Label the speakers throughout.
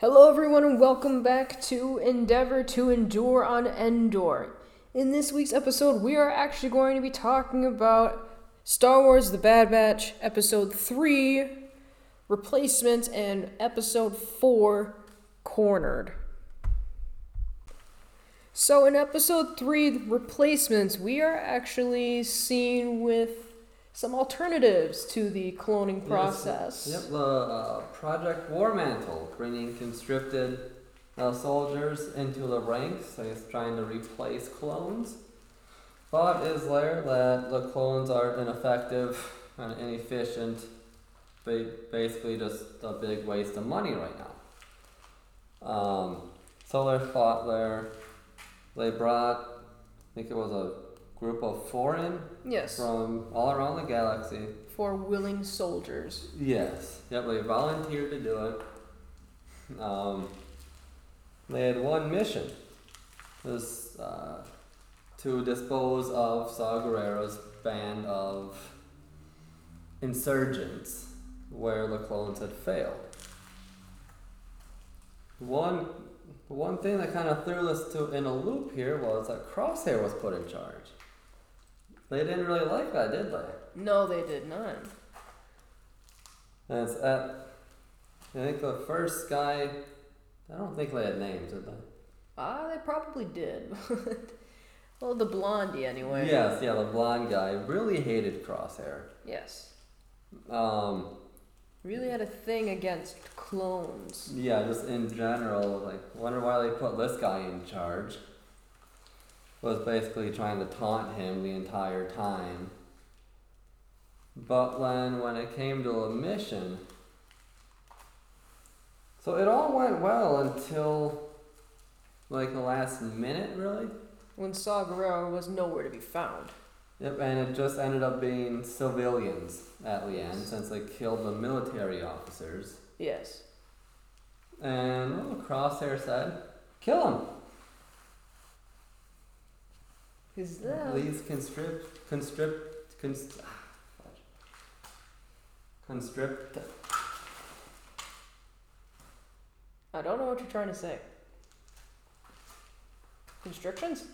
Speaker 1: Hello, everyone, and welcome back to Endeavor to Endure on Endor. In this week's episode, we are actually going to be talking about Star Wars The Bad Batch, Episode 3, Replacements, and Episode 4, Cornered. So, in Episode 3, the Replacements, we are actually seen with some alternatives to the cloning process.
Speaker 2: Yep, the uh, Project War Mantle, bringing conscripted uh, soldiers into the ranks. I guess trying to replace clones. Thought is there that the clones are ineffective and inefficient, ba- basically just a big waste of money right now. Um, so their thought there, they brought, I think it was a group of four in
Speaker 1: Yes,
Speaker 2: from all around the galaxy.
Speaker 1: for willing soldiers.
Speaker 2: Yes. Yep, they volunteered to do it. Um, they had one mission. was uh, to dispose of Saw Gerrera's band of insurgents where the clones had failed. One one thing that kind of threw us to in a loop here was that Crosshair was put in charge. They didn't really like that, did they?
Speaker 1: No, they did not.
Speaker 2: And it's at, uh, I think the first guy, I don't think they had names, did they?
Speaker 1: Ah, they probably did. well, the blondie, anyway.
Speaker 2: Yes, yeah, the blonde guy really hated Crosshair.
Speaker 1: Yes.
Speaker 2: Um,
Speaker 1: Really had a thing against clones.
Speaker 2: yeah, just in general, like, wonder why they put this guy in charge. Was basically trying to taunt him the entire time. But then when it came to a mission, so it all went well until like the last minute, really.
Speaker 1: When Saw Gerrera was nowhere to be found.
Speaker 2: Yep, and it just ended up being civilians at the end, since they killed the military officers.
Speaker 1: Yes.
Speaker 2: And well, Crosshair said, "Kill him.
Speaker 1: Is that?
Speaker 2: Please conscript, conscript, const- ah, fudge. conscript."
Speaker 1: I don't know what you're trying to say. Constrictions?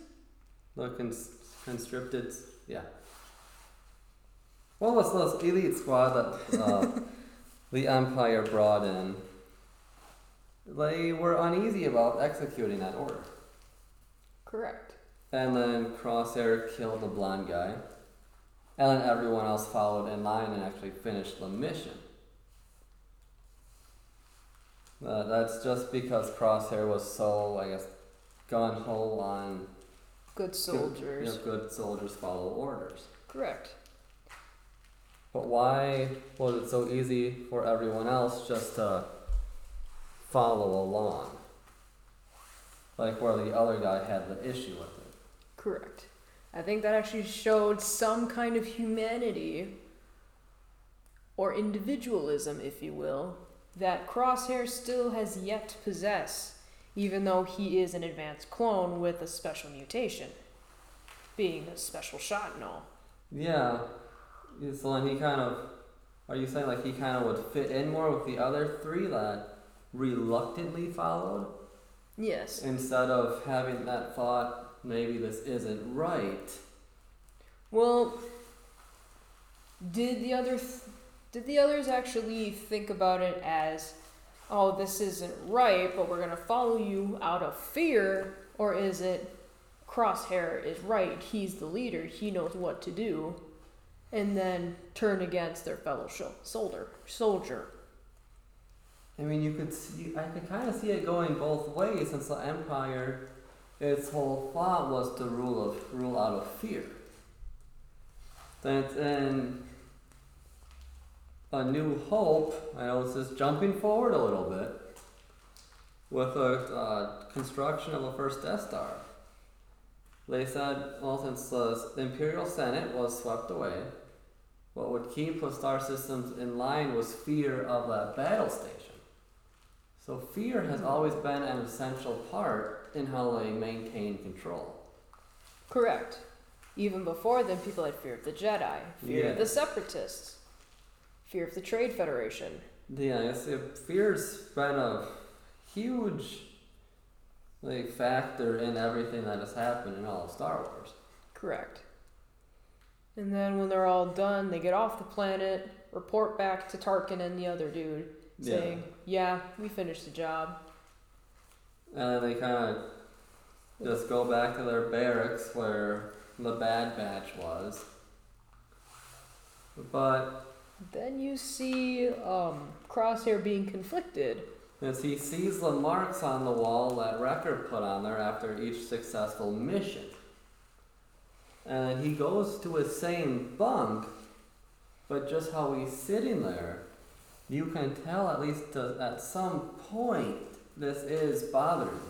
Speaker 2: The cons- conscripted, yeah. Well, it's this elite squad that uh, the Empire brought in. They were uneasy about executing that order.
Speaker 1: Correct.
Speaker 2: And then Crosshair killed the blonde guy. And then everyone else followed in line and actually finished the mission. Uh, that's just because Crosshair was so, I guess, gun ho on
Speaker 1: Good
Speaker 2: you
Speaker 1: soldiers.
Speaker 2: know, good soldiers follow orders.
Speaker 1: Correct.
Speaker 2: But why was it so easy for everyone else just to follow along? Like where the other guy had the issue with it.
Speaker 1: Correct. I think that actually showed some kind of humanity or individualism, if you will, that Crosshair still has yet to possess, even though he is an advanced clone with a special mutation, being a special shot and all.
Speaker 2: Yeah. So then he kind of, are you saying like he kind of would fit in more with the other three that reluctantly followed
Speaker 1: Yes.
Speaker 2: instead of having that thought maybe this isn't right?
Speaker 1: Well, did the other th- did the others actually think about it as, oh, this isn't right, but we're gonna follow you out of fear, or is it Crosshair is right, he's the leader, he knows what to do, and then turn against their fellow shol- soldier soldier?
Speaker 2: I mean, you could see, I could kind of see it going both ways since the empire, its whole thought was to rule of rule out of fear. That's in a new hope. I know it's just jumping forward a little bit with the uh, construction of the first Death Star. They said, well, since the Imperial Senate was swept away, what would keep the star systems in line was fear of that battle station. So fear has always been an essential part in how they maintain control.
Speaker 1: Correct. Even before then, people had fear of the Jedi, fear of the
Speaker 2: Yes.
Speaker 1: Separatists, fear of the Trade Federation.
Speaker 2: Yeah, I guess if fear's been a huge like factor in everything that has happened in all of Star Wars.
Speaker 1: Correct. And then when they're all done, they get off the planet, report back to Tarkin and the other dude, saying, "Yeah, we finished the job."
Speaker 2: And then they kind of just go back to their barracks where the Bad Batch was. But
Speaker 1: Then you see um, Crosshair being conflicted.
Speaker 2: as he sees the marks on the wall that Wrecker put on there after each successful mission, and he goes to his same bunk, but just how he's sitting there, you can tell at least to, at some point this is bothering him.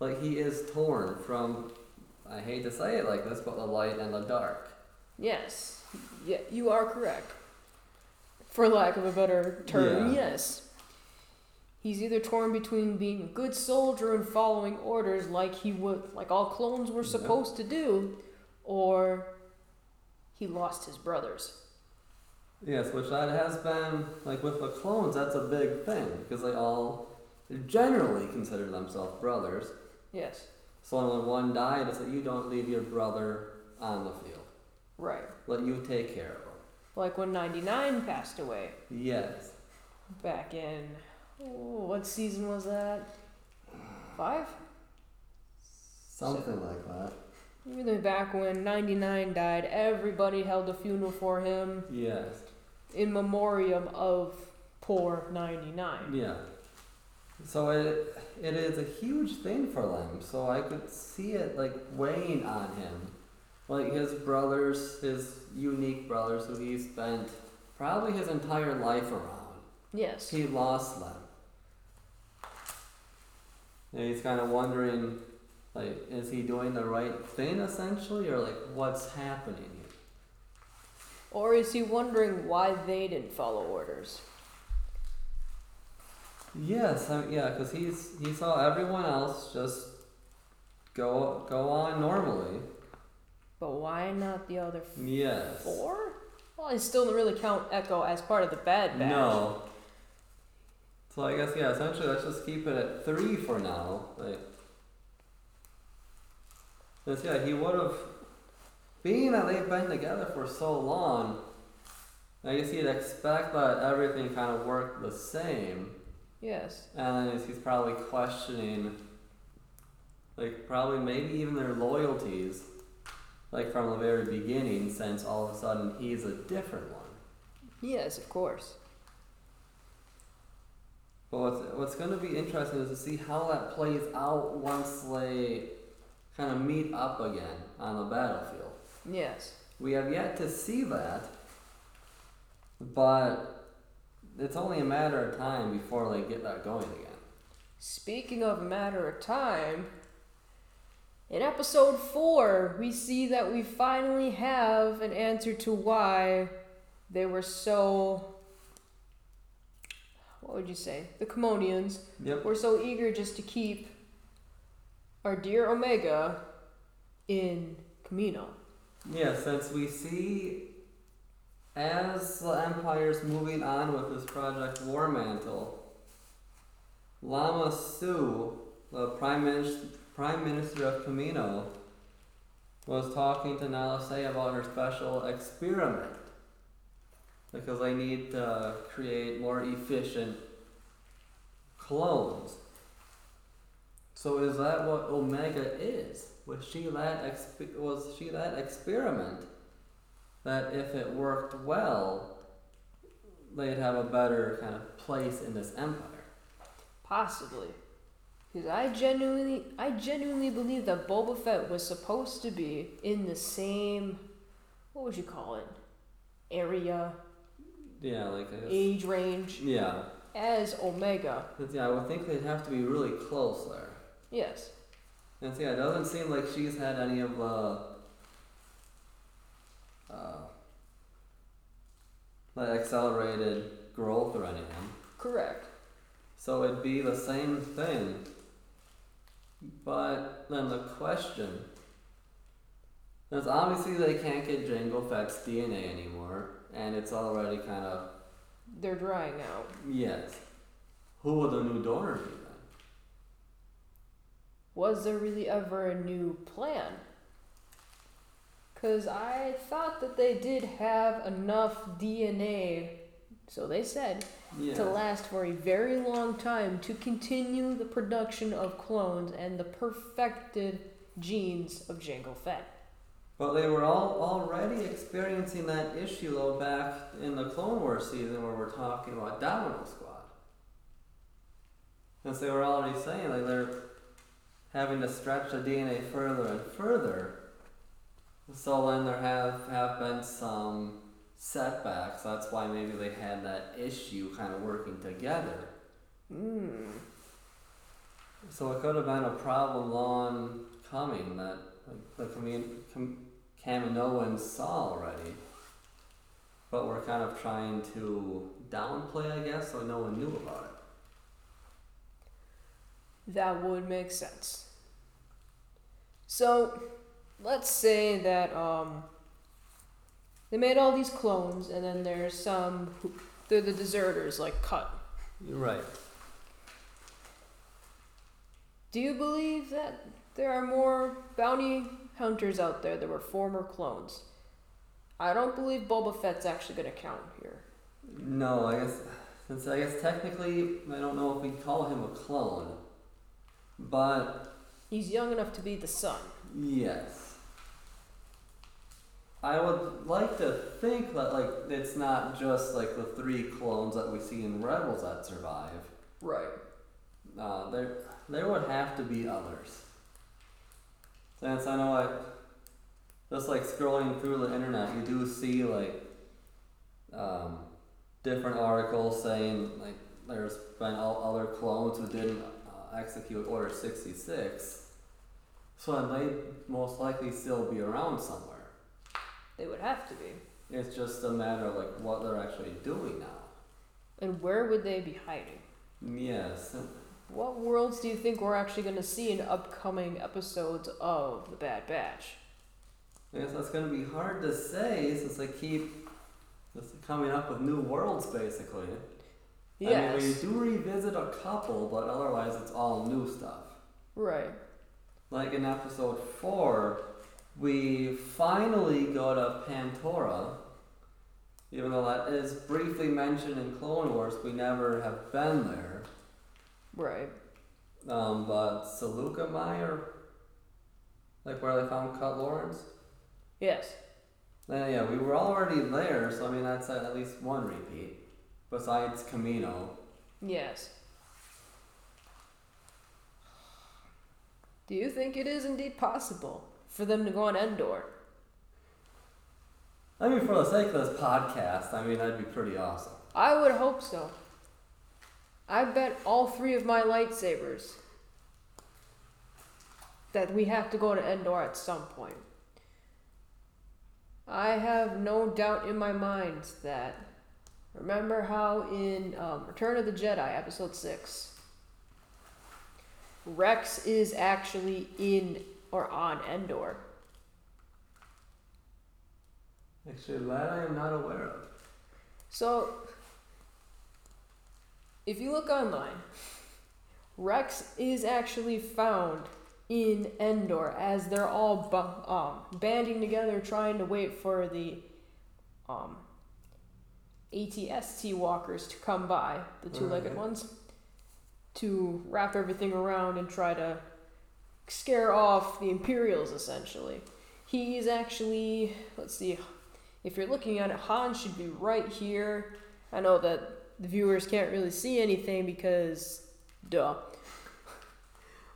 Speaker 2: Like he is torn from, I hate to say it like this, but the light and the dark.
Speaker 1: Yes, yeah, you are correct. For lack of a better term,
Speaker 2: Yeah.
Speaker 1: yes. He's either torn between being a good soldier and following orders, like he would, like all clones were
Speaker 2: Yeah.
Speaker 1: supposed to do, or he lost his brothers.
Speaker 2: Yes, which that has been like with the clones. That's a big thing because they all generally consider themselves brothers.
Speaker 1: Yes,
Speaker 2: So when one died, it's that you don't leave your brother on the field.
Speaker 1: right.
Speaker 2: Let you take care of
Speaker 1: Like when ninety nine passed away
Speaker 2: him. Yes,
Speaker 1: back in oh, what season was that? Five.
Speaker 2: something like that.
Speaker 1: Even back when ninety nine died, everybody held a funeral for him.
Speaker 2: Yes.
Speaker 1: in memoriam of poor 99.
Speaker 2: Yeah. So it it is a huge thing for them. So I could see it like weighing on him, like his brothers, his unique brothers who he spent probably his entire life around.
Speaker 1: Yes.
Speaker 2: He lost them. And he's kind of wondering, like, is he doing the right thing essentially, or like, what's happening here?
Speaker 1: Or is he wondering why they didn't follow orders?
Speaker 2: Yes, I yeah, because he's he saw everyone else just go go on normally.
Speaker 1: But why not the other
Speaker 2: Yes.
Speaker 1: four? Well, I still don't really count Echo as part of the Bad Batch.
Speaker 2: No. So I guess yeah, essentially let's just keep it at three for now. Like, 'Cause, yeah, he would have, being that they've been together for so long. I guess he'd expect that everything kind of worked the same.
Speaker 1: Yes.
Speaker 2: And is he's probably questioning, like, probably maybe even their loyalties, like, from the very beginning, since all of a sudden he's a different one.
Speaker 1: Yes, of course.
Speaker 2: But what's, what's going to be interesting is to see how that plays out once they kind of meet up again on the battlefield.
Speaker 1: Yes.
Speaker 2: We have yet to see that, but it's only a matter of time before they get that going again.
Speaker 1: Speaking of a matter of time, in episode 4, we see that we finally have an answer to why they were so. What would you say? The Commonians
Speaker 2: Yep.
Speaker 1: We're so eager just to keep our dear Omega in Camino.
Speaker 2: Yeah, since we see as the Empire's moving on with this project War Mantle, Lama Su, the Prime, Minis- Prime Minister of Camino, was talking to Nalase about her special experiment. Because they need to create more efficient clones. So is that what Omega is? Was she that exp- was she that experiment that if it worked well, they'd have a better kind of place in this empire?
Speaker 1: Possibly. Because I genuinely I genuinely believe that Boba Fett was supposed to be in the same what would you call it? Area,
Speaker 2: Yeah, like I guess,
Speaker 1: age range
Speaker 2: yeah,
Speaker 1: as Omega.
Speaker 2: 'Cause, yeah. I would think they'd have to be really close there.
Speaker 1: Yes.
Speaker 2: And see, yeah, it doesn't seem like she's had any of the. Uh, like accelerated growth or anything.
Speaker 1: Correct.
Speaker 2: So it'd be the same thing. But then the question is obviously they can't get Jango Fett's DNA anymore, and it's already kind of
Speaker 1: They're drying out.
Speaker 2: yes. Who will the new donor be then?
Speaker 1: was there really ever a new plan? Because I thought that they did have enough DNA, so they said,
Speaker 2: Yeah.
Speaker 1: to last for a very long time to continue the production of clones and the perfected genes of Jango Fett.
Speaker 2: But they were all already experiencing that issue though back in the Clone Wars season where we're talking about Domino Squad. Since they were already saying like they're having to stretch the DNA further and further. So then there have, have been some setbacks. That's why maybe they had that issue kind of working together.
Speaker 1: Mm.
Speaker 2: So it could have been a problem long coming that like, the commun- com- Kaminoans saw already, but we're kind of trying to downplay, I guess, so no one knew about it.
Speaker 1: That would make sense. So, let's say that um, they made all these clones, and then there's some who, they're the deserters, like Cut.
Speaker 2: You're right.
Speaker 1: Do you believe that there are more bounty hunters out there that were former clones? I don't believe Boba Fett's actually going to count here.
Speaker 2: No, I guess since I guess technically I don't know if we call him a clone, but
Speaker 1: He's young enough to be the son.
Speaker 2: yes, I would like to think that like it's not just like the three clones that we see in Rebels that survive.
Speaker 1: Right.
Speaker 2: No, Uh, there there would have to be others. Since I know I just like scrolling through the internet, you do see like um, different articles saying like there's been all other clones who didn't uh, execute Order sixty six, so then they most likely still be around somewhere.
Speaker 1: They would have to be.
Speaker 2: It's just a matter of like what they're actually doing now.
Speaker 1: And where would they be hiding?
Speaker 2: Yes,
Speaker 1: What worlds do you think we're actually going to see in upcoming episodes of The Bad Batch?
Speaker 2: I guess that's going to be hard to say since they keep just coming up with new worlds, basically. I
Speaker 1: Yes.
Speaker 2: mean, we do revisit a couple, but otherwise it's all new stuff.
Speaker 1: Right.
Speaker 2: Like in episode 4, we finally go to Pantora. Even though that is briefly mentioned in Clone Wars, we never have been there.
Speaker 1: Right.
Speaker 2: Um, but Seleuca Meyer, like where they found Cut Lawrence,
Speaker 1: Yes.
Speaker 2: Uh, yeah, we were already there, so I mean that's at at least one repeat. Besides Camino,
Speaker 1: Yes. Do you think it is indeed possible for them to go on Endor?
Speaker 2: I mean, for the sake of this podcast, I mean that'd be pretty awesome.
Speaker 1: I would hope so. I bet all three of my lightsabers that we have to go to Endor at some point. I have no doubt in my mind that. Remember how in um, Return of the Jedi, Episode 6, Rex is actually in or on Endor?
Speaker 2: Actually, that I am not aware of.
Speaker 1: So, if you look online, Rex is actually found in Endor as they're all bu- um, banding together trying to wait for the um, ATST walkers to come by, the two legged
Speaker 2: Alright.
Speaker 1: ones, to wrap everything around and try to scare off the Imperials essentially. He's actually, let's see, if you're looking at it, Han should be right here. I know that the viewers can't really see anything because, duh.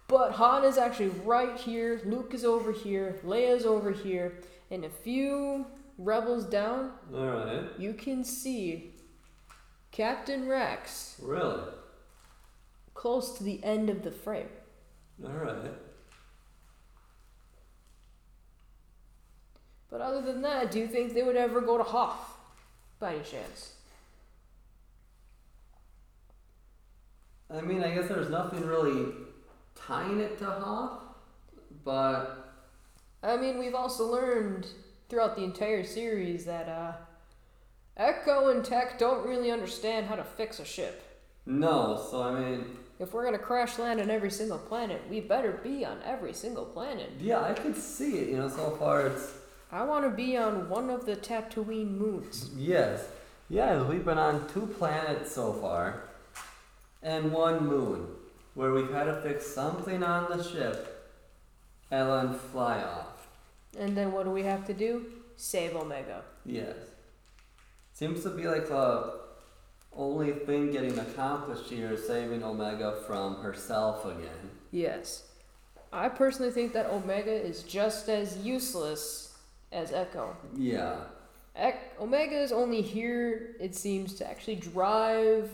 Speaker 1: But Han is actually right here, Luke is over here, Leia's over here, and a few rebels down,
Speaker 2: All right,
Speaker 1: you can see Captain Rex
Speaker 2: really?
Speaker 1: close to the end of the frame.
Speaker 2: All right.
Speaker 1: But other than that, do you think they would ever go to Hoth by any chance?
Speaker 2: I mean, I guess there's nothing really tying it to Hoth, but
Speaker 1: I mean, we've also learned throughout the entire series that uh, Echo and Tech don't really understand how to fix a ship.
Speaker 2: no. So I mean,
Speaker 1: If we're gonna crash land on every single planet, we better be on every single planet.
Speaker 2: Yeah, I could see it. You know, so far it's
Speaker 1: I want to be on one of the Tatooine moons.
Speaker 2: yes, yes. We've been on two planets so far, and one moon, where we've had to fix something on the ship, and then fly off.
Speaker 1: And then what do we have to do? Save Omega.
Speaker 2: Yes, seems to be like the only thing getting accomplished here is saving Omega from herself again.
Speaker 1: Yes. I personally think that Omega is just as useless as Echo.
Speaker 2: Yeah.
Speaker 1: Ec- Omega is only here, it seems, to actually drive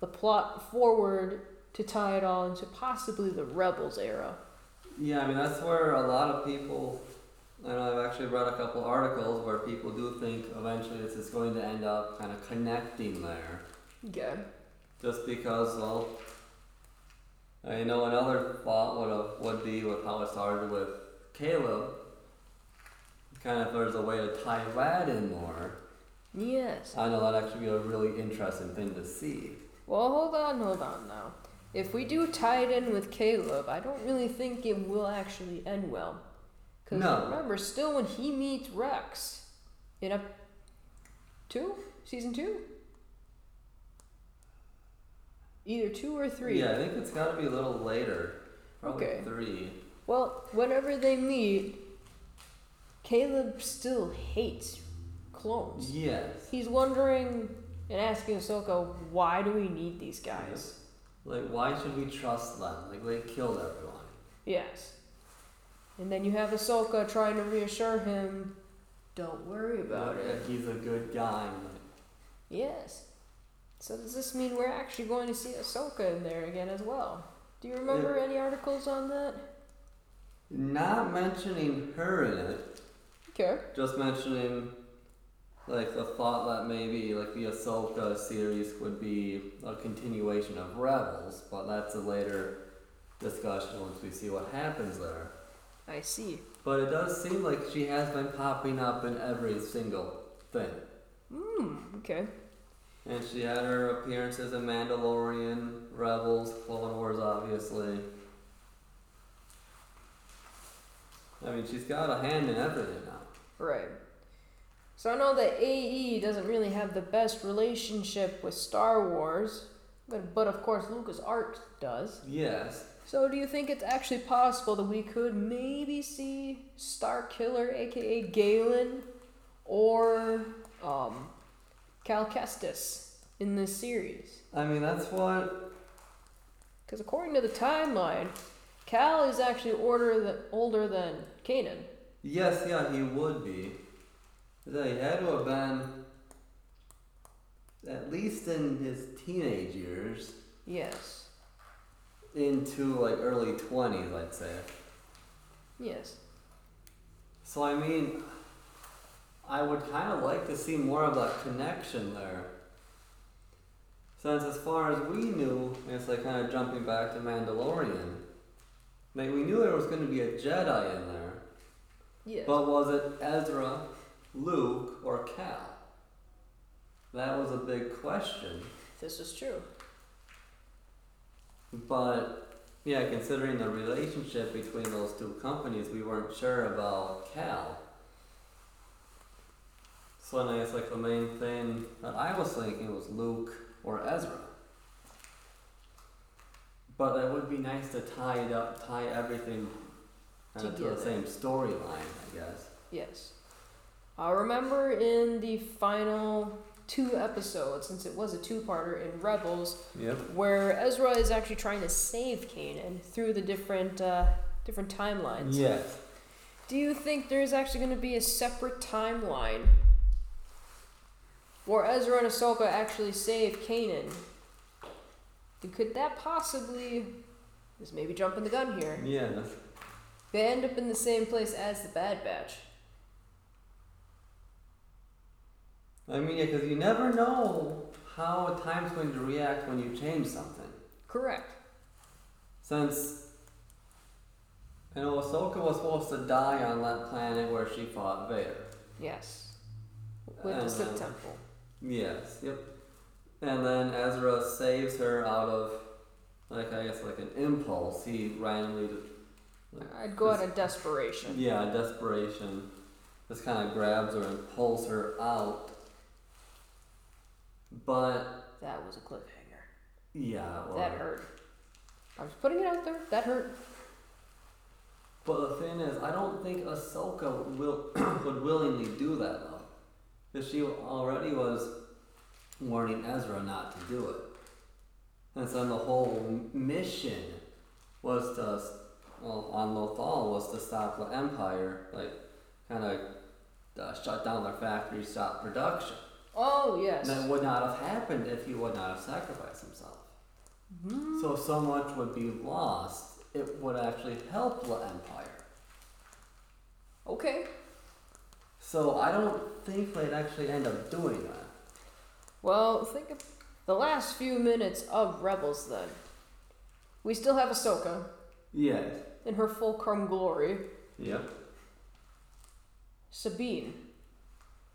Speaker 1: the plot forward to tie it all into possibly the Rebels era.
Speaker 2: Yeah, I mean that's where a lot of people. I know I've actually read a couple articles where people do think eventually this is going to end up kind of connecting there,
Speaker 1: Yeah.
Speaker 2: just because well, I know another thought would have, would be with how it started with Caleb. Kind of if there's a way to tie that in more.
Speaker 1: Yes.
Speaker 2: I know that actually be a really interesting thing to see.
Speaker 1: Well, hold on, hold on now. If we do tie it in with Caleb, I don't really think it will actually end well. Because
Speaker 2: No.
Speaker 1: remember, still when he meets Rex in a two season two, either two or three.
Speaker 2: Yeah, I think it's got to be a little later. Probably
Speaker 1: Okay.
Speaker 2: three.
Speaker 1: Well, whenever they meet, Caleb still hates clones.
Speaker 2: Yes.
Speaker 1: He's wondering and asking Ahsoka, "Why do we need these guys?"
Speaker 2: Like, why should we trust them? Like, they killed everyone.
Speaker 1: Yes. And then you have Ahsoka trying to reassure him, don't worry about it.
Speaker 2: Like, He's a good guy.
Speaker 1: Yes. So does this mean we're actually going to see Ahsoka in there again as well? Do you remember any articles on that?
Speaker 2: Not mentioning her in it,
Speaker 1: Okay.
Speaker 2: just mentioning, like, the thought that maybe, like, the Ahsoka series would be a continuation of Rebels, but that's a later discussion once we see what happens there.
Speaker 1: I see.
Speaker 2: But it does seem like she has been popping up in every single thing.
Speaker 1: Hmm. Okay.
Speaker 2: And she had her appearances in Mandalorian, Rebels, Clone Wars, obviously. I mean, she's got a hand in everything now.
Speaker 1: Right. So I know that AE doesn't really have the best relationship with Star Wars, but, but of course LucasArts does.
Speaker 2: Yes.
Speaker 1: So, do you think it's actually possible that we could maybe see Star Killer, aka Galen, or um, Cal Kestis in this series?
Speaker 2: I mean, that's what.
Speaker 1: Because according to the timeline, Cal is actually older than, older than Kanan.
Speaker 2: Yes, yeah, he would be. They had to have been. At least in his teenage years,
Speaker 1: Yes.
Speaker 2: into like early 20s, I'd say.
Speaker 1: Yes.
Speaker 2: So, I mean, I would kind of like to see more of that connection there. Since, as far as we knew, and it's like kind of jumping back to Mandalorian, like we knew there was going to be a Jedi in there,
Speaker 1: Yes.
Speaker 2: but was it Ezra, Luke, or Cal? That was a big question.
Speaker 1: this is true.
Speaker 2: But yeah, considering the relationship between those two companies, we weren't sure about Cal. So then I guess like the main thing that I was thinking was Luke or Ezra. But it would be nice to tie it up, tie everything kind of to the
Speaker 1: Together.
Speaker 2: same storyline, I guess.
Speaker 1: Yes. I remember in the final two episodes, since it was a two parter in Rebels,
Speaker 2: Yep.
Speaker 1: where Ezra is actually trying to save Kanan through the different uh, different timelines.
Speaker 2: Yes.
Speaker 1: Do you think there's actually going to be a separate timeline where Ezra and Ahsoka actually save Kanan? And could that possibly, this may be jumping the gun here,
Speaker 2: Yes.
Speaker 1: they end up in the same place as the Bad Batch?
Speaker 2: I mean, yeah, because you never know how a time's going to react when you change something.
Speaker 1: Correct.
Speaker 2: Since you know Ahsoka was supposed to die on that planet where she fought Vader.
Speaker 1: Yes. With the
Speaker 2: And
Speaker 1: Sith
Speaker 2: then-
Speaker 1: Temple.
Speaker 2: Yes. Yep. And then Ezra saves her out of like I guess like an impulse. He randomly, d-
Speaker 1: I'd go out of desperation.
Speaker 2: yeah, desperation, just kind of grabs her and pulls her out. But
Speaker 1: That was a cliffhanger.
Speaker 2: yeah, well,
Speaker 1: That hurt. I was putting it out there. That hurt.
Speaker 2: But the thing is, I don't think Ahsoka will would willingly do that though, because she already was warning Ezra not to do it, and so the whole m- mission was to, s- well, on Lothal was to stop the Empire, like kind of uh, shut down their factory, stop production.
Speaker 1: Oh yes.
Speaker 2: And that would not have happened if he would not have sacrificed himself. So if so much would be lost, it would actually help the Empire.
Speaker 1: Okay.
Speaker 2: So I don't think they'd actually end up doing that.
Speaker 1: Well, think of the last few minutes of Rebels then. We still have Ahsoka
Speaker 2: Yes.
Speaker 1: in her full crumb glory.
Speaker 2: Yep.
Speaker 1: Sabine.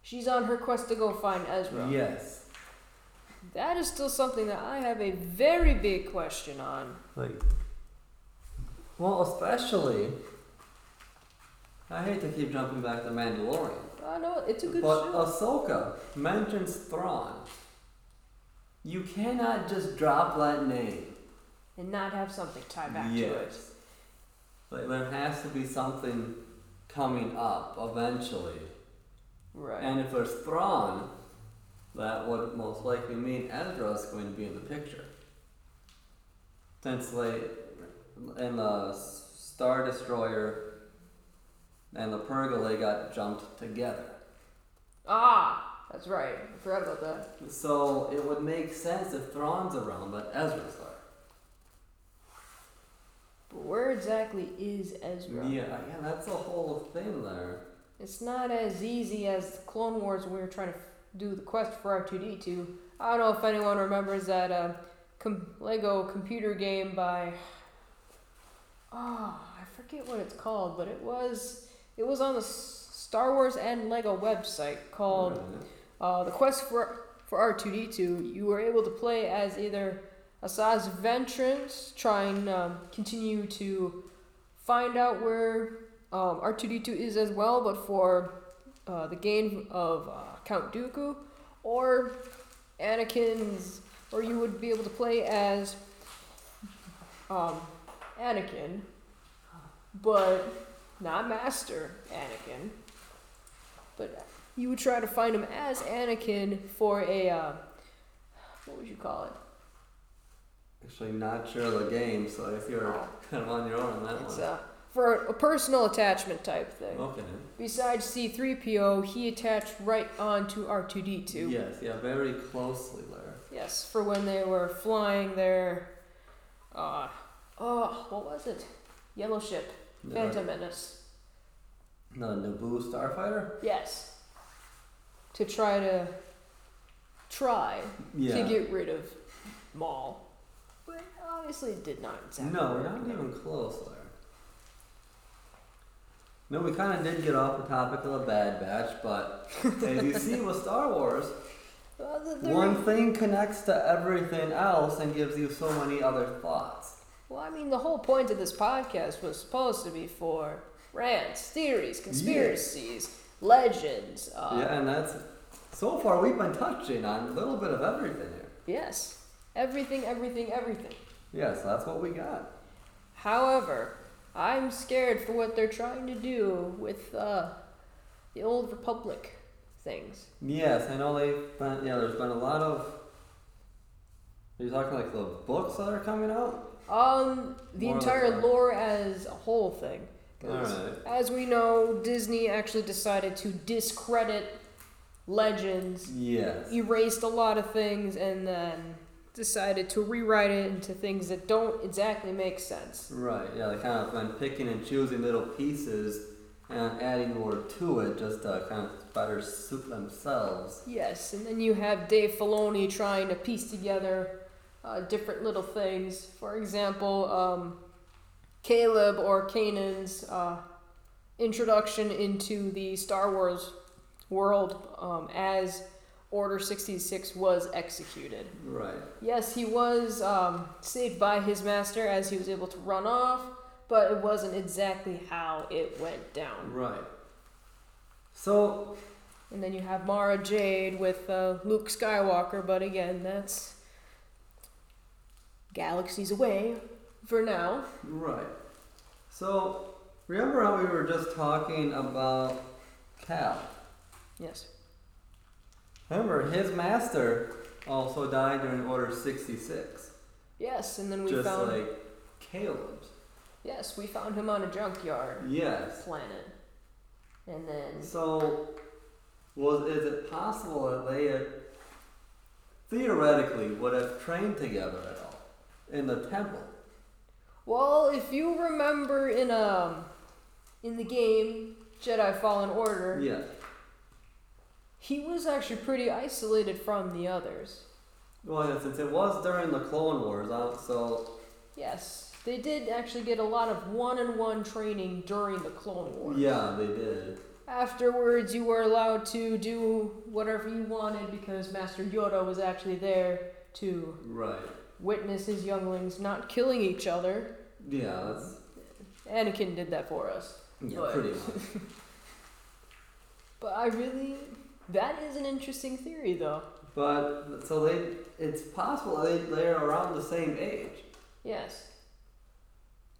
Speaker 1: She's on her quest to go find Ezra.
Speaker 2: Yes.
Speaker 1: That is still something that I have a very big question on.
Speaker 2: Like. Well, especially. I hate to keep jumping back to Mandalorian,
Speaker 1: I know it's a good
Speaker 2: but uh,
Speaker 1: show.
Speaker 2: Ahsoka mentions Thrawn. You cannot just drop that name.
Speaker 1: and not have something tie back to it.
Speaker 2: Yes. Like there has to be something coming up eventually.
Speaker 1: Right.
Speaker 2: And if there's Thrawn, that would most likely mean Ezra's going to be in the picture. Since they, in the Star Destroyer and the Pergola got jumped together.
Speaker 1: ah, that's right. I forgot about that.
Speaker 2: So it would make sense if Thrawn's around, but Ezra's there.
Speaker 1: But where exactly is Ezra?
Speaker 2: Yeah, yeah, that's the whole thing there.
Speaker 1: It's not as easy as the Clone Wars when we were trying to f- do the quest for R2D2. I don't know if anyone remembers that uh, com- Lego computer game by. Oh, I forget what it's called, but it was it was on the S- Star Wars and Lego website called uh, the quest for for R two D two. You were able to play as either Asajj Ventress, try and um, continue to find out where um, R two D two is as well, but for uh, the gain of uh, Count Dooku, or Anakin's, or you would be able to play as um, Anakin, but not Master Anakin. But you would try to find him as Anakin for a uh, what would you call it?
Speaker 2: Actually, not sure of the game, so if you're kind of on your own on that
Speaker 1: It's
Speaker 2: one.
Speaker 1: uh, for a personal attachment type thing.
Speaker 2: okay.
Speaker 1: Besides C3PO, he attached right onto R2D2.
Speaker 2: Yes, yeah, very closely there.
Speaker 1: Yes, for when they were flying their uh oh, what was it? Yellow ship, Phantom Menace.
Speaker 2: The Naboo Starfighter?
Speaker 1: Yes. To try to try to get rid of Maul. But obviously it did not exactly
Speaker 2: No, we're
Speaker 1: work,
Speaker 2: not
Speaker 1: no.
Speaker 2: even close there. No, we kind of did get off the topic of the Bad Batch, but as you see with Star Wars,
Speaker 1: Well, the- the
Speaker 2: one thing connects to everything else and gives you so many other thoughts.
Speaker 1: Well, I mean, the whole point of this podcast was supposed to be for rants, theories, conspiracies, legends. Uh,
Speaker 2: yeah, and that's so far we've been touching on a little bit of everything here.
Speaker 1: Yes. Everything, everything, everything.
Speaker 2: Yes, that's what we got.
Speaker 1: However, I'm scared for what they're trying to do with uh, the old Republic things.
Speaker 2: Yes, I know they've been, yeah, there's been a lot of. Are you talking like the books that are coming out?
Speaker 1: Um, the
Speaker 2: More or
Speaker 1: entire
Speaker 2: less.
Speaker 1: lore as a whole thing. 'Cause
Speaker 2: Alright.
Speaker 1: As we know, Disney actually decided to discredit legends
Speaker 2: Yes.
Speaker 1: erased a lot of things and then decided to rewrite it into things that don't exactly make sense.
Speaker 2: Right, yeah, they kind of been picking and choosing little pieces and adding more to it just to kind of better suit themselves.
Speaker 1: Yes, and then you have Dave Filoni trying to piece together uh, different little things. For example, um, Caleb or Kanan's uh, introduction into the Star Wars world um, as Order 66 was executed.
Speaker 2: Right.
Speaker 1: Yes, he was um, saved by his master as he was able to run off, but it wasn't exactly how it went down.
Speaker 2: Right. So
Speaker 1: And then you have Mara Jade with uh, Luke Skywalker, but again, that's galaxies away for now.
Speaker 2: right. So remember how we were just talking about Cal?
Speaker 1: Yes.
Speaker 2: Remember his master also died during Order sixty six,
Speaker 1: Yes, and then we
Speaker 2: just
Speaker 1: found
Speaker 2: like Caleb's.
Speaker 1: yes, we found him on a junkyard
Speaker 2: Yes.
Speaker 1: planet, and then
Speaker 2: So, was is it possible that they had, theoretically would have trained together at all in the temple?
Speaker 1: Well, if you remember in um in the game Jedi Fallen Order,
Speaker 2: Yes.
Speaker 1: he was actually pretty isolated from the others.
Speaker 2: Well, yeah, since it was during the Clone Wars, uh, so
Speaker 1: Yes, they did actually get a lot of one-on-one training during the Clone Wars.
Speaker 2: yeah, they did.
Speaker 1: Afterwards, you were allowed to do whatever you wanted because Master Yoda was actually there to
Speaker 2: Right.
Speaker 1: witness his younglings not killing each other.
Speaker 2: Yeah, that's
Speaker 1: Anakin did that for us.
Speaker 2: yeah,
Speaker 1: Right.
Speaker 2: pretty much.
Speaker 1: But I really that is an interesting theory though.
Speaker 2: But so they, it's possible they they're around the same age.
Speaker 1: Yes.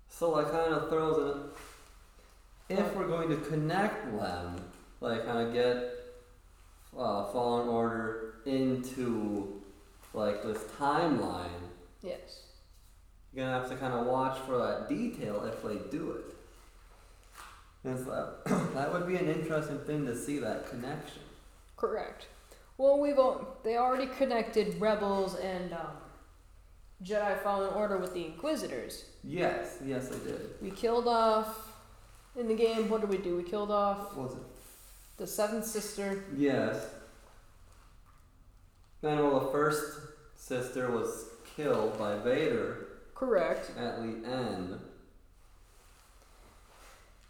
Speaker 2: So that kind of throws in. If we're going to connect them, like kind of get uh, Fallen Order into like this timeline,
Speaker 1: Yes.
Speaker 2: you're gonna have to kind of watch for that detail if they do it. And so that, that would be an interesting thing to see that connection.
Speaker 1: Correct. Well, we've all, they already connected rebels and um, Jedi Fallen Order with the Inquisitors.
Speaker 2: Yes, yes, I did.
Speaker 1: We killed off in the game. What did we do? We killed off
Speaker 2: What was it?
Speaker 1: the Seventh Sister.
Speaker 2: Yes. Then, well, the first sister was killed by Vader.
Speaker 1: Correct.
Speaker 2: at the end.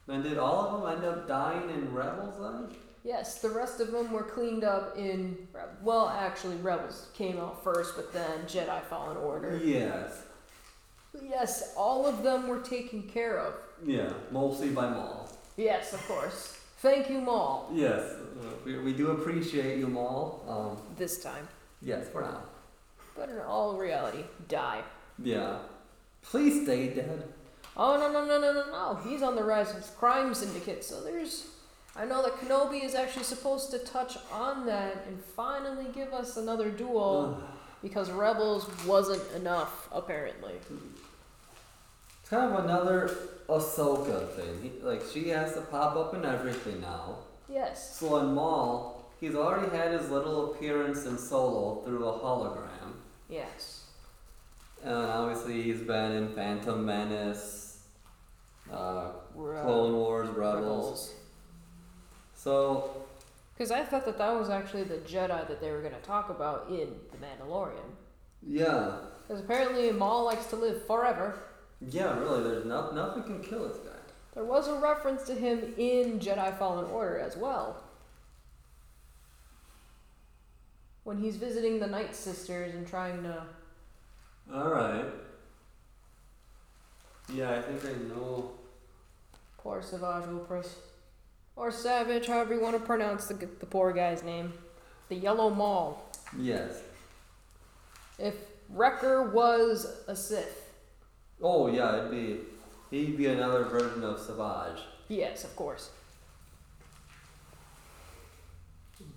Speaker 2: Then did all of them end up dying in Rebels then?
Speaker 1: Yes, the rest of them were cleaned up in. Re- Well, actually, rebels came out first, but then Jedi Fallen Order.
Speaker 2: Yes.
Speaker 1: Yes, all of them were taken care of.
Speaker 2: Yeah, mostly by Maul.
Speaker 1: Yes, of course. Thank you, Maul.
Speaker 2: Yes, uh, we, we do appreciate you, Maul. Um,
Speaker 1: This time,
Speaker 2: yes, for now.
Speaker 1: but in all reality, die.
Speaker 2: Yeah. Please stay dead.
Speaker 1: Oh no no no no no no! He's on the rise of crime syndicate. So there's, I know that Kenobi is actually supposed to touch on that and finally give us another duel because Rebels wasn't enough apparently.
Speaker 2: It's kind of another Ahsoka thing. He, like, she has to pop up in everything now.
Speaker 1: Yes,
Speaker 2: So in Maul, he's already had his little appearance in Solo through a hologram.
Speaker 1: yes,
Speaker 2: And Uh, obviously, he's been in Phantom Menace, uh,
Speaker 1: Re-
Speaker 2: Clone Wars, Rebels. So,
Speaker 1: Because I thought that that was actually the Jedi that they were going to talk about in The Mandalorian.
Speaker 2: yeah.
Speaker 1: Because apparently Maul likes to live forever.
Speaker 2: Yeah, really, there's no, nothing can kill this guy.
Speaker 1: There was a reference to him in Jedi Fallen Order as well. When he's visiting the Night Sisters and trying to.
Speaker 2: Alright. Yeah, I think I know.
Speaker 1: Poor Savage Opress. Or Savage, however you want to pronounce the, the poor guy's name. The Yellow Maul.
Speaker 2: Yes.
Speaker 1: If Wrecker was a Sith.
Speaker 2: Oh, yeah, it'd be. He'd be another version of Savage.
Speaker 1: Yes, of course.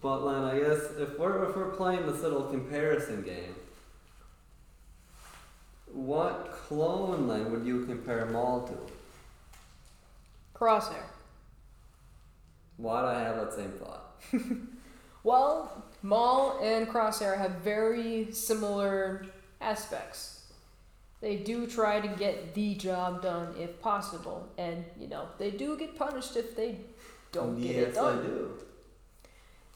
Speaker 2: But, Len, I guess if we're, if we're playing this little comparison game, what clone, Len, would you compare Maul to?
Speaker 1: Crosshair.
Speaker 2: Why'd I have that same thought?
Speaker 1: Well, Maul and Crosshair have very similar aspects. They do try to get the job done if possible, and you know, they do get punished if they don't get
Speaker 2: yes,
Speaker 1: it done.
Speaker 2: I do.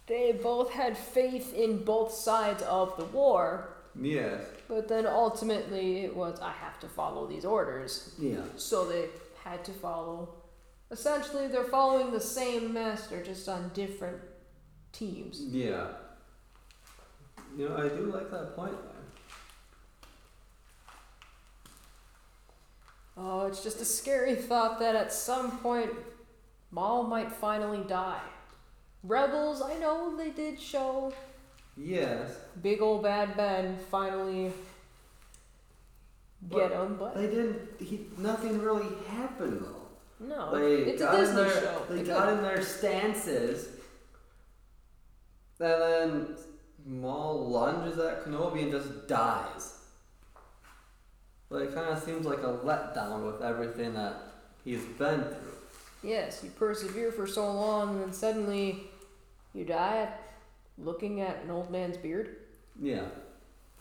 Speaker 1: They both had faith in both sides of the war,
Speaker 2: Yes.
Speaker 1: but then ultimately it was, I have to follow these orders.
Speaker 2: Yeah.
Speaker 1: So they had to follow. Essentially, they're following the same master, just on different teams.
Speaker 2: Yeah. You know, I do like that point there.
Speaker 1: Oh, it's just a scary thought that at some point Maul might finally die. Rebels, I know they did show
Speaker 2: Yes.
Speaker 1: big old bad Ben finally get him, but
Speaker 2: They didn't. He, nothing really happened though.
Speaker 1: no,
Speaker 2: They
Speaker 1: it's a
Speaker 2: got in
Speaker 1: Disney
Speaker 2: their,
Speaker 1: show.
Speaker 2: They
Speaker 1: It
Speaker 2: got
Speaker 1: could-
Speaker 2: in their stances, and then Maul lunges at Kenobi and just dies. Like, it kind of seems like a letdown with everything that he's been through.
Speaker 1: Yes, you persevere for so long, and then suddenly you die at looking at an old man's beard.
Speaker 2: Yeah.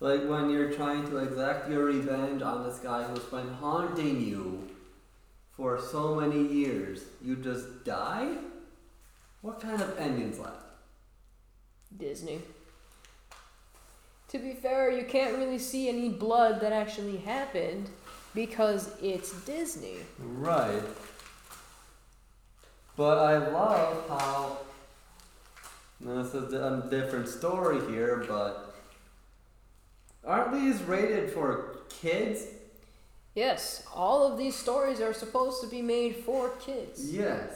Speaker 2: Like when you're trying to exact your revenge on this guy who's been haunting you for so many years, you just die? What kind of ending's left?
Speaker 1: Disney. To be fair, you can't really see any blood that actually happened because it's Disney.
Speaker 2: Right. But I love how. Now, this is a different story here, but. Aren't these rated for kids?
Speaker 1: Yes, all of these stories are supposed to be made for kids.
Speaker 2: Yes.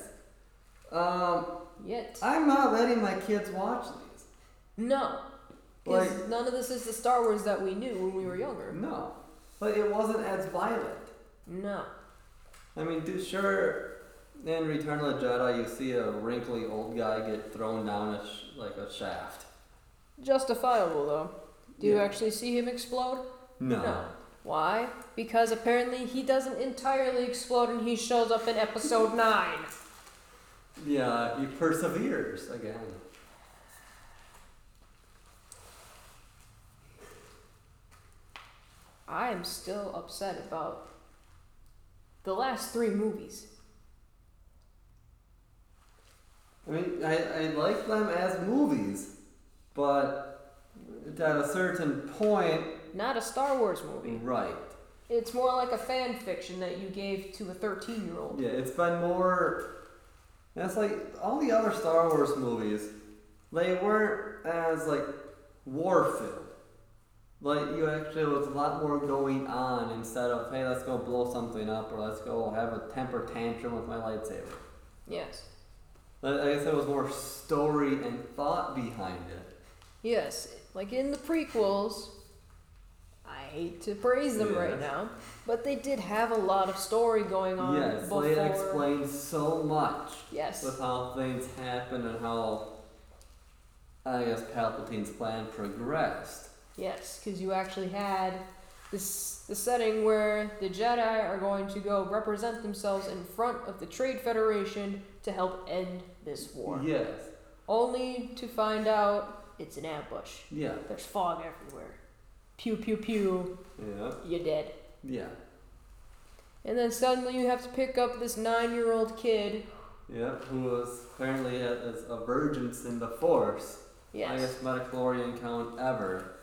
Speaker 2: Um,
Speaker 1: Yet,
Speaker 2: I'm not letting my kids watch these.
Speaker 1: no. Because none of this is the Star Wars that we knew when we were younger.
Speaker 2: No, but it wasn't as violent.
Speaker 1: No.
Speaker 2: I mean, do, sure, in Return of the Jedi, you see a wrinkly old guy get thrown down a sh- like a shaft.
Speaker 1: Justifiable, though. Do you
Speaker 2: Yeah.
Speaker 1: actually see him explode?
Speaker 2: No.
Speaker 1: No. Why? Because apparently he doesn't entirely explode and he shows up in episode 9.
Speaker 2: Yeah, he perseveres again.
Speaker 1: I am still upset about the last three movies.
Speaker 2: I mean, I, I like them as movies, but at a certain point,
Speaker 1: Not a Star Wars movie.
Speaker 2: right.
Speaker 1: It's more like a fan fiction that you gave to a 13 year old.
Speaker 2: Yeah, it's been more. That's like all the other Star Wars movies. They weren't as like war filled. Like you actually was a lot more going on instead of hey let's go blow something up or let's go have a temper tantrum with my lightsaber.
Speaker 1: Yes.
Speaker 2: Like I guess there was more story and thought behind it.
Speaker 1: Yes, like in the prequels, I hate to praise them right
Speaker 2: Yes.
Speaker 1: now, but they did have a lot of story going on
Speaker 2: yes,
Speaker 1: before.
Speaker 2: they explained so much
Speaker 1: Yes,
Speaker 2: with how things happened and how I guess Palpatine's plan progressed.
Speaker 1: yes, because you actually had this the setting where the Jedi are going to go represent themselves in front of the Trade Federation to help end this war,
Speaker 2: Yes.
Speaker 1: only to find out it's an ambush.
Speaker 2: Yeah.
Speaker 1: There's fog everywhere. Pew pew pew.
Speaker 2: Yeah.
Speaker 1: You're dead.
Speaker 2: Yeah.
Speaker 1: And then suddenly you have to pick up this nine-year-old kid
Speaker 2: Yeah. Who was apparently a, is a virgin in the Force.
Speaker 1: Yes.
Speaker 2: Highest metachlorian count ever.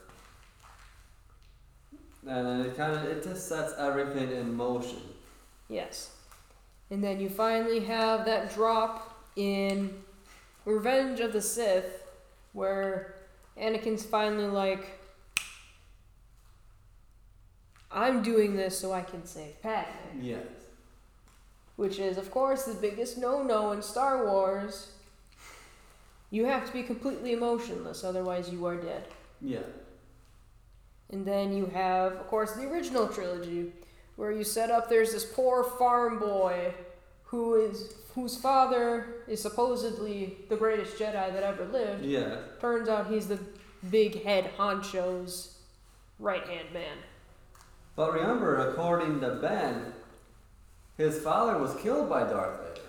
Speaker 2: And then it kind of it just sets everything in motion.
Speaker 1: Yes. And then you finally have that drop in Revenge of the Sith where Anakin's finally like I'm doing this so I can save Padme,
Speaker 2: Yes.
Speaker 1: which is of course the biggest no-no in Star Wars. You have to be completely emotionless otherwise you are dead.
Speaker 2: Yeah.
Speaker 1: And then you have, of course, the original trilogy, where you set up there's this poor farm boy who is whose father is supposedly the greatest Jedi that ever lived.
Speaker 2: Yeah.
Speaker 1: Turns out he's the big head honcho's right hand man.
Speaker 2: But remember, according to Ben, his father was killed by Darth Vader.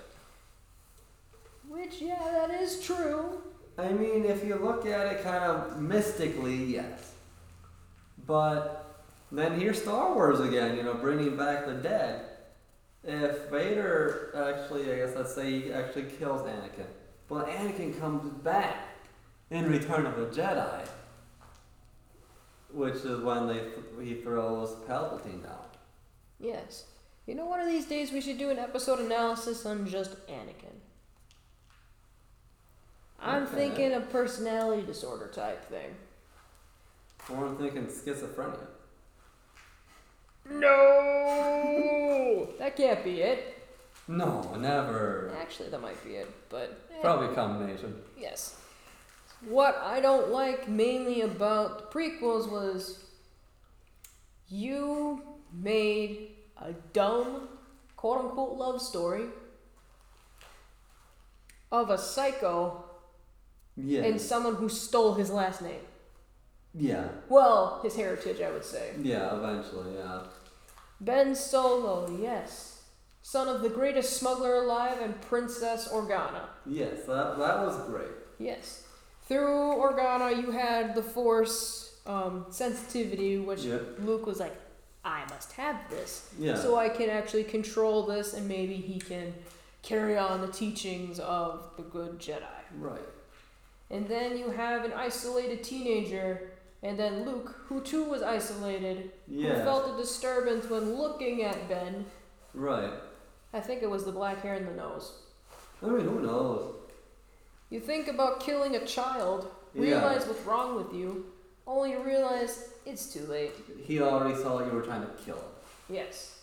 Speaker 1: Which yeah, that is true.
Speaker 2: I mean, if you look at it kind of mystically, yes. But then here's Star Wars again, you know, bringing back the dead. If Vader actually, I guess let's say he actually kills Anakin, but Anakin comes back in Return of the Jedi, which is when they he throws Palpatine down.
Speaker 1: Yes. You know, one of these days we should do an episode analysis on just Anakin. I'm
Speaker 2: Okay.
Speaker 1: thinking a personality disorder type thing.
Speaker 2: Or I'm thinking schizophrenia.
Speaker 1: No! that can't be it.
Speaker 2: No, never.
Speaker 1: Actually, that might be it, but. eh,
Speaker 2: Probably a combination.
Speaker 1: Yes. What I don't like mainly about the prequels was you made a dumb quote unquote love story of a psycho
Speaker 2: Yeah.
Speaker 1: and someone who stole his last name.
Speaker 2: yeah.
Speaker 1: Well, his heritage, I would say.
Speaker 2: Yeah, eventually, yeah.
Speaker 1: Ben Solo, yes. Son of the greatest smuggler alive and Princess Organa.
Speaker 2: Yes, that, that was great.
Speaker 1: Yes. Through Organa, you had the Force um, sensitivity, which
Speaker 2: Yeah.
Speaker 1: Luke was like, I must have this.
Speaker 2: Yeah.
Speaker 1: So I can actually control this, and maybe he can carry on the teachings of the good Jedi.
Speaker 2: right.
Speaker 1: And then you have an isolated teenager, and then Luke, who too was isolated, who
Speaker 2: Yeah.
Speaker 1: felt a disturbance when looking at Ben.
Speaker 2: right.
Speaker 1: I think it was the black hair and the nose.
Speaker 2: I mean, who knows?
Speaker 1: You think about killing a child,
Speaker 2: Yeah.
Speaker 1: realize what's wrong with you, only to realize it's too late.
Speaker 2: He already saw you were trying to kill him.
Speaker 1: Yes.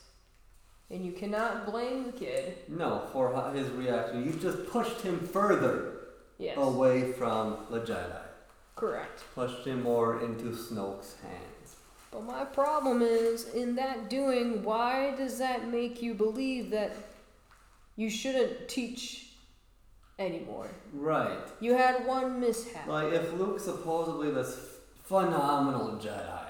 Speaker 1: And you cannot blame the kid.
Speaker 2: No, for ho- his reaction, you just pushed him further
Speaker 1: Yes.
Speaker 2: away from the Jedi.
Speaker 1: Correct.
Speaker 2: Pushed him more into Snoke's hands.
Speaker 1: But my problem is, in that doing, why does that make you believe that you shouldn't teach anymore?
Speaker 2: Right.
Speaker 1: You had one mishap.
Speaker 2: Like, if Luke's supposedly this phenomenal Jedi,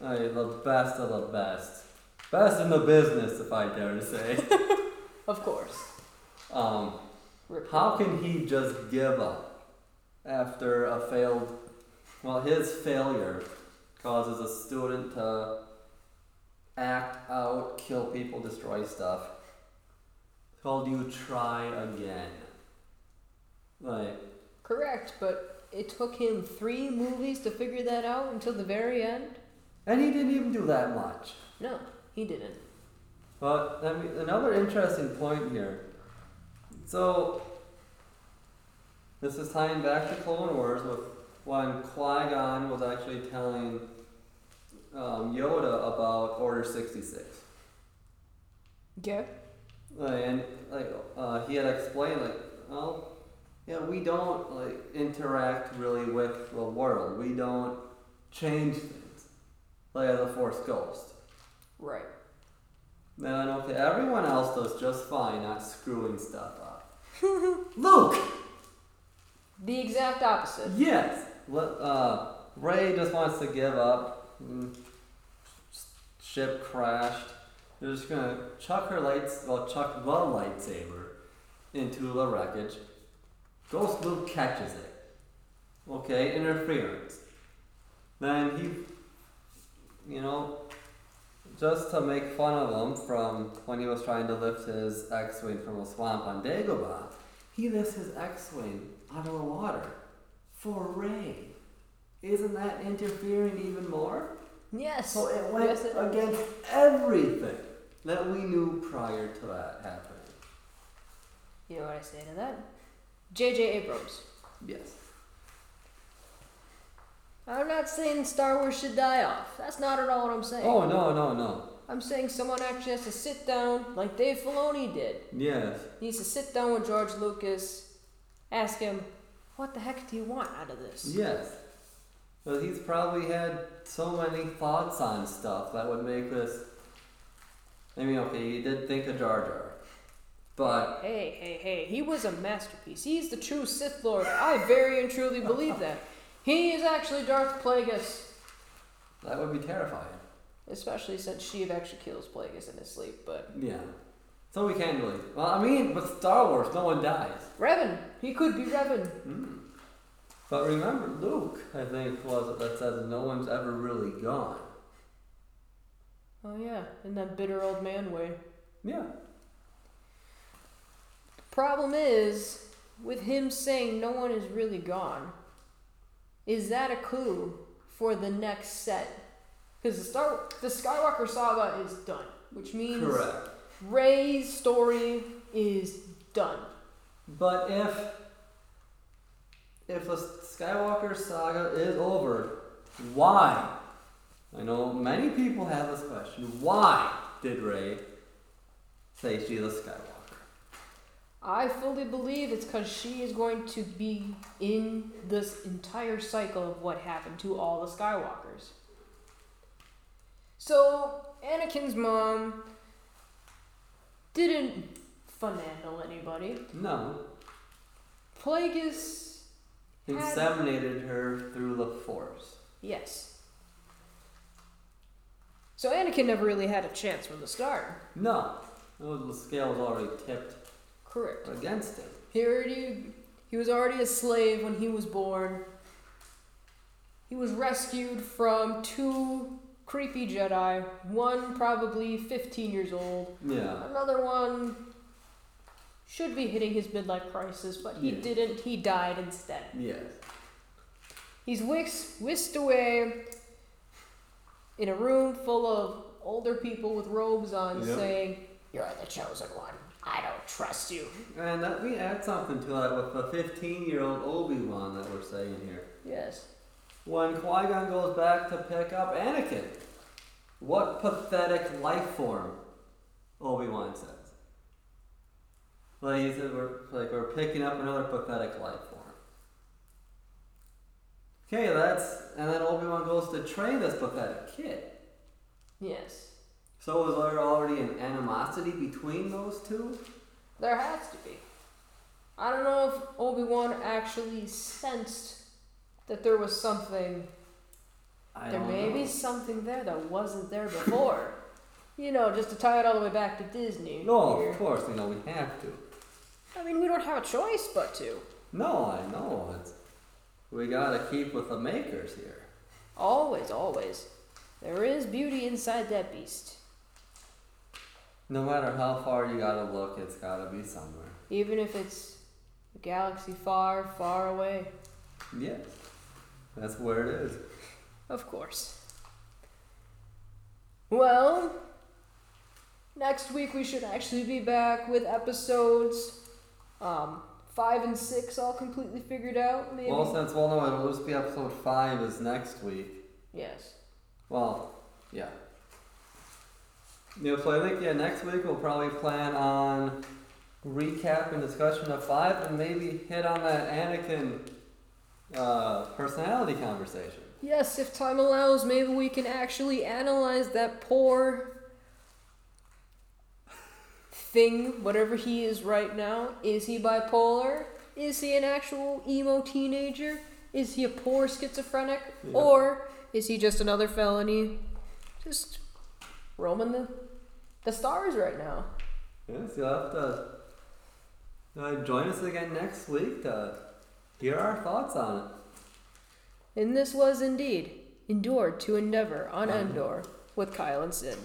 Speaker 2: like, the best of the best, best in the business, if I dare to say,
Speaker 1: Of course.
Speaker 2: um,
Speaker 1: Rip
Speaker 2: how can he just give up after a failed, well, his failure causes a student to act out, kill people, destroy stuff? Called you try again. Like,
Speaker 1: Correct, but it took him three movies to figure that out until the very end?
Speaker 2: and he didn't even do that much.
Speaker 1: No, he didn't.
Speaker 2: But I mean, another interesting point here. So this is tying back to Clone Wars with when Qui Gon was actually telling um, Yoda about Order sixty six.
Speaker 1: Yeah.
Speaker 2: Like, and like uh, he had explained like well yeah we don't like interact really with the world we don't change things like as a force ghost
Speaker 1: Right.
Speaker 2: Then okay, everyone else does just fine, not screwing stuff up. Luke,
Speaker 1: The exact opposite.
Speaker 2: yes. Let, uh, Ray just wants to give up. Mm, Ship crashed. They're just gonna chuck her lights, well, chuck the lightsaber into the wreckage. Ghost Luke catches it. Okay, interference. Then he, you know, just to make fun of him from when he was trying to lift his X-wing from a swamp on Dagobah, he lifts his X-wing out of the water for Ray. Isn't that interfering even more?
Speaker 1: Yes.
Speaker 2: So it went
Speaker 1: Yes, it-
Speaker 2: against everything that we knew prior to that happening.
Speaker 1: You know what I say to that? J.J. Abrams.
Speaker 2: Yes.
Speaker 1: I'm not saying Star Wars should die off. That's not at all what I'm saying.
Speaker 2: Oh no no no.
Speaker 1: I'm saying someone actually has to sit down, like Dave Filoni did.
Speaker 2: Yes.
Speaker 1: He needs to sit down with George Lucas, ask him, what the heck do you want out of this?
Speaker 2: Yes. Well, he's probably had so many thoughts on stuff that would make this. I mean, okay, he did think of Jar Jar, but
Speaker 1: Hey, hey, hey, he was a masterpiece. He's the true Sith Lord. I very and truly believe that. He is actually Darth Plagueis,
Speaker 2: that would be terrifying.
Speaker 1: especially since Sheev actually kills Plagueis in his sleep, but.
Speaker 2: Yeah. So we can't really. Well, I mean, with Star Wars, no one dies.
Speaker 1: Revan! He could be Revan!
Speaker 2: But remember, Luke, I think, was it that says no one's ever really gone.
Speaker 1: Oh, yeah, in that bitter old man way.
Speaker 2: Yeah.
Speaker 1: Problem is, with him saying no one is really gone, is that a clue for the next set? Because the Star the Skywalker saga is done, which means
Speaker 2: Correct.
Speaker 1: Rey's story is done.
Speaker 2: But if if the Skywalker saga is over, why? I know many people have this question. Why did Ray say she's a Skywalker?
Speaker 1: I fully believe it's because she is going to be in this entire cycle of what happened to all the Skywalkers. So, Anakin's mom didn't finagle anybody.
Speaker 2: No,
Speaker 1: Plagueis,
Speaker 2: inseminated her through the Force.
Speaker 1: yes. So, Anakin never really had a chance from the start.
Speaker 2: No, it was, the scale was already tipped
Speaker 1: Correct.
Speaker 2: against him.
Speaker 1: He already he was already a slave when he was born. He was rescued from two creepy Jedi, one probably 15 years old,
Speaker 2: Yeah,
Speaker 1: another one should be hitting his midlife crisis, but he
Speaker 2: Yeah.
Speaker 1: didn't. He died instead.
Speaker 2: yes.
Speaker 1: He's whisked, whisked away in a room full of older people with robes on
Speaker 2: Yep.
Speaker 1: saying, You're the chosen one. I don't trust you.
Speaker 2: And let me add something to that with the 15 year old Obi Wan that we're saying here.
Speaker 1: Yes.
Speaker 2: When Qui Gon goes back to pick up Anakin, what pathetic life form, Obi Wan says. Like he said, we're, like we're picking up another pathetic life form. Okay, that's. And then Obi Wan goes to train this pathetic kid.
Speaker 1: Yes.
Speaker 2: So was there already an animosity between those two?
Speaker 1: There has to be. I don't know if Obi Wan actually sensed that there was something.
Speaker 2: I
Speaker 1: there
Speaker 2: don't
Speaker 1: may
Speaker 2: know.
Speaker 1: be something there that wasn't there before. you know, just to tie it all the way back to Disney.
Speaker 2: No,
Speaker 1: here.
Speaker 2: of course, you know, we have to.
Speaker 1: I mean, we don't have a choice but to.
Speaker 2: No, I know. It's, we gotta keep with the makers here.
Speaker 1: Always, always. There is beauty inside that beast.
Speaker 2: No matter how far you gotta look, it's gotta be somewhere.
Speaker 1: Even if it's a galaxy far, far away.
Speaker 2: Yes. That's where it is.
Speaker 1: Of course. Well, next week we should actually be back with episodes um, five and six all completely figured out, maybe.
Speaker 2: Well, since, well, no, it'll just be episode 5 is next week.
Speaker 1: yes.
Speaker 2: Well, yeah. Yeah, so I think, yeah, next week we'll probably plan on recap and discussion of 5 and maybe hit on that Anakin uh, personality conversation.
Speaker 1: Yes, if time allows, maybe we can actually analyze that poor thing, whatever he is right now. Is he bipolar? Is he an actual emo teenager? Is he a poor schizophrenic?
Speaker 2: Yeah.
Speaker 1: Or is he just another felony? Just roaming the, the stars right now.
Speaker 2: Yes, you'll have to uh, join us again next week to hear our thoughts on it.
Speaker 1: And this was indeed Endured to Endeavor on
Speaker 2: Um.
Speaker 1: Endor with Kyle and Sid.